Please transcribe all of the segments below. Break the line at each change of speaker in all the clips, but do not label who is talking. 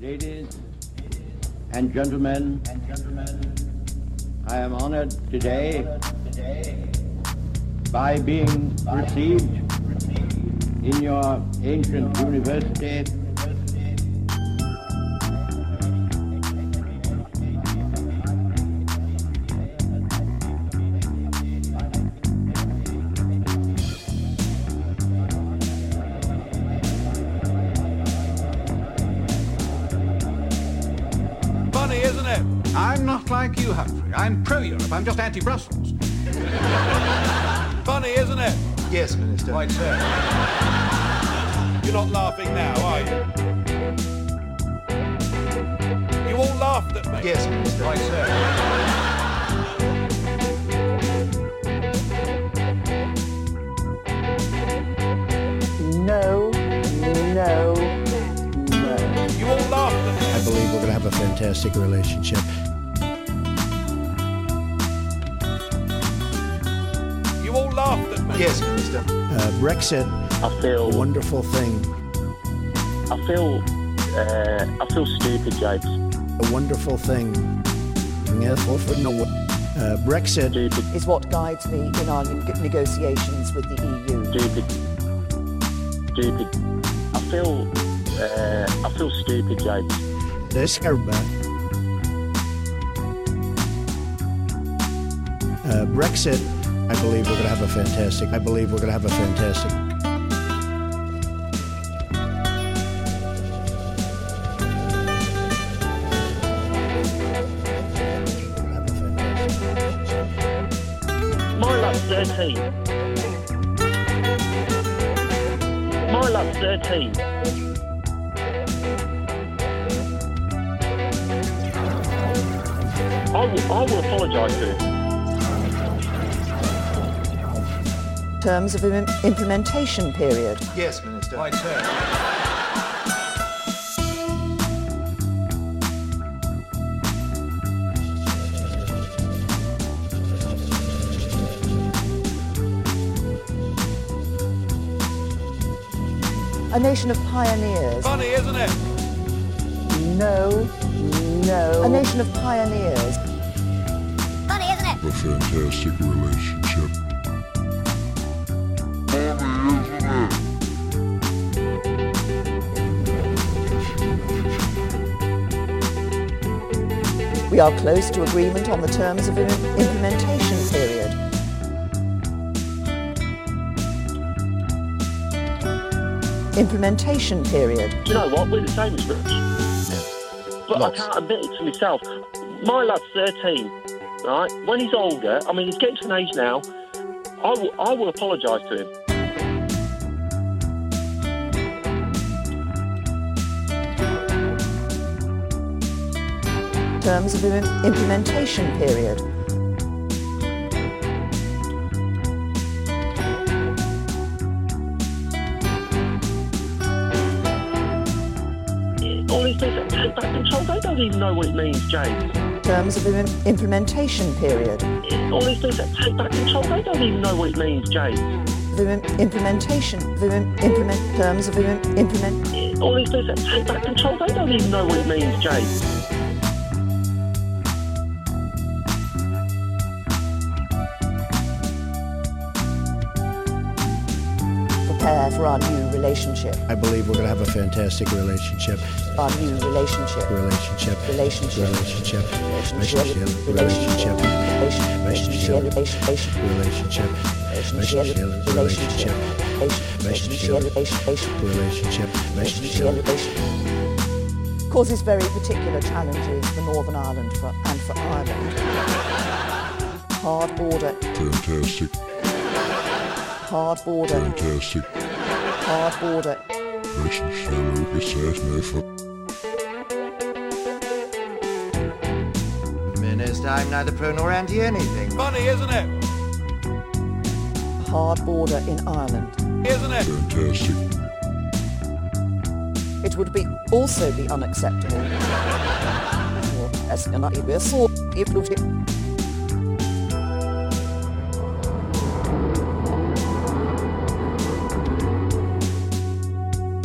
Ladies and gentlemen, I am honored today by being received in your ancient university
Funny, isn't it?
I'm not like you, Humphrey. I'm pro-Europe. I'm just anti-Brussels.
Funny, isn't it?
Yes, Minister.
Right there. You're not laughing now, are you? You all laughed at me.
Yes, Minister.
Right there.
No, no, no.
You all laughed at me.
I believe we're going to have a fantastic relationship.
You all laughed at me.
Yes, Minister.
Uh, Brexit,
I
a
feel,
wonderful thing,
I feel, uh, I feel stupid, Jake.
a wonderful thing. Yeah, for- for no- Uh, Brexit,
Stupid,
Is what guides me in our neg- negotiations with the E EU.
stupid, stupid. I feel, uh, I feel stupid, Jake.
this are back. Uh, Brexit, I believe we're going to have a fantastic. I believe we're going to have a fantastic.
My love's 13. My love's 13. I will, I will apologise to him.
Terms of im- implementation period.
Yes, Minister.
Right there.
A nation of pioneers.
Funny, isn't it?
No, no. A nation of pioneers.
Funny, isn't it?
a fantastic relationship.
We are close to agreement on the terms of im- implementation period. Implementation period.
Do you know what? We're the same as Rich. But
Lots.
I can't admit it to myself. My lad's 13, right? When he's older, I mean, he's getting to an age now, I will, I will apologise to him.
Terms of im- implementation period.
All these things, take back control, they don't even know what it means, James.
Terms of im- implementation period.
All these things, take back control, they don't even know what it means, James.
The im- implementation. The im- implement terms of im- implement.
All these things, take back control, they don't even know what it means, James.
Prepare for our new relationship.
I believe we're going to have a fantastic relationship.
Our new relationship.
Relationship.
Relationship.
Relationship.
Relationship.
Relationship.
Relationship.
Relationship.
Relationship. Relationship.
Relationship.
Relationship. Relationship.
Relationship. Relationship.
Relationship. Causes very particular challenges for Northern Ireland for, and for Ireland. Hard border,
Fantastic,
hard border,
fantastic.
hard border.
Relationship. It's as no for
Minister, I'm neither pro nor anti anything.
Funny, isn't it?
hard border in Ireland.
Isn't it?
fantastic.
It would be also be unacceptable. Or, as an idea, so it would be-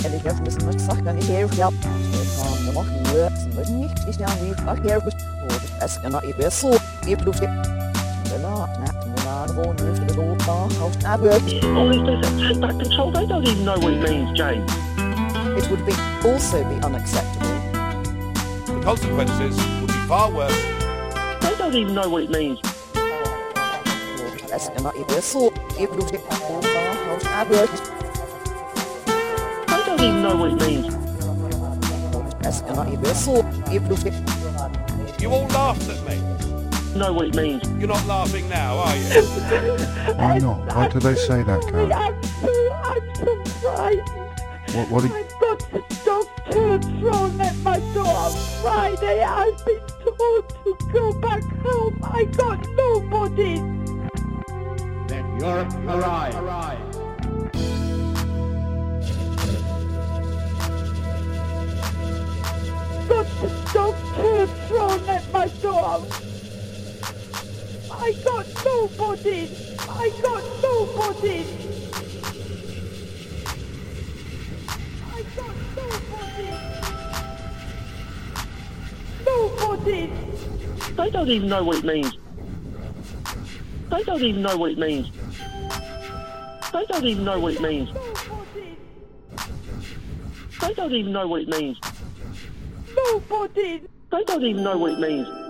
And it was much sucker here, yeah. aan de macht werkt met niet is dan niet wat hier wordt es en dat ik weer zo ik doe dit de laat na de laat gewoon heeft de dood daar hoofd hebben
All these things that take back control, they don't even know what it means, James.
it would be also be unacceptable
The consequences would be far worse.
They don't even know what it means.
es en dat ik weer zo ik doe dit de dood daar hoofd hebben
They don't even know what it means.
es en dat ik weer zo ik doe dit
You all laughed at me.
Know what it means.
You're not laughing now, are you?
Why not? Why do they say that, Karen?
I'm too, I'm too frightened.
What, what do you,
I've got the dog turned thrown at my door on Friday. I've been told to go back home. I got nobody.
Let Europe arise. arise.
Got the dog turned thrown at my door. I got nobody. I got nobody. I got nobody. Nobody.
They don't even know what it means. They don't even know what it means. They don't even know what it means.
Nobody.
They don't even know what it means.
Nobody.
They don't even know what it means.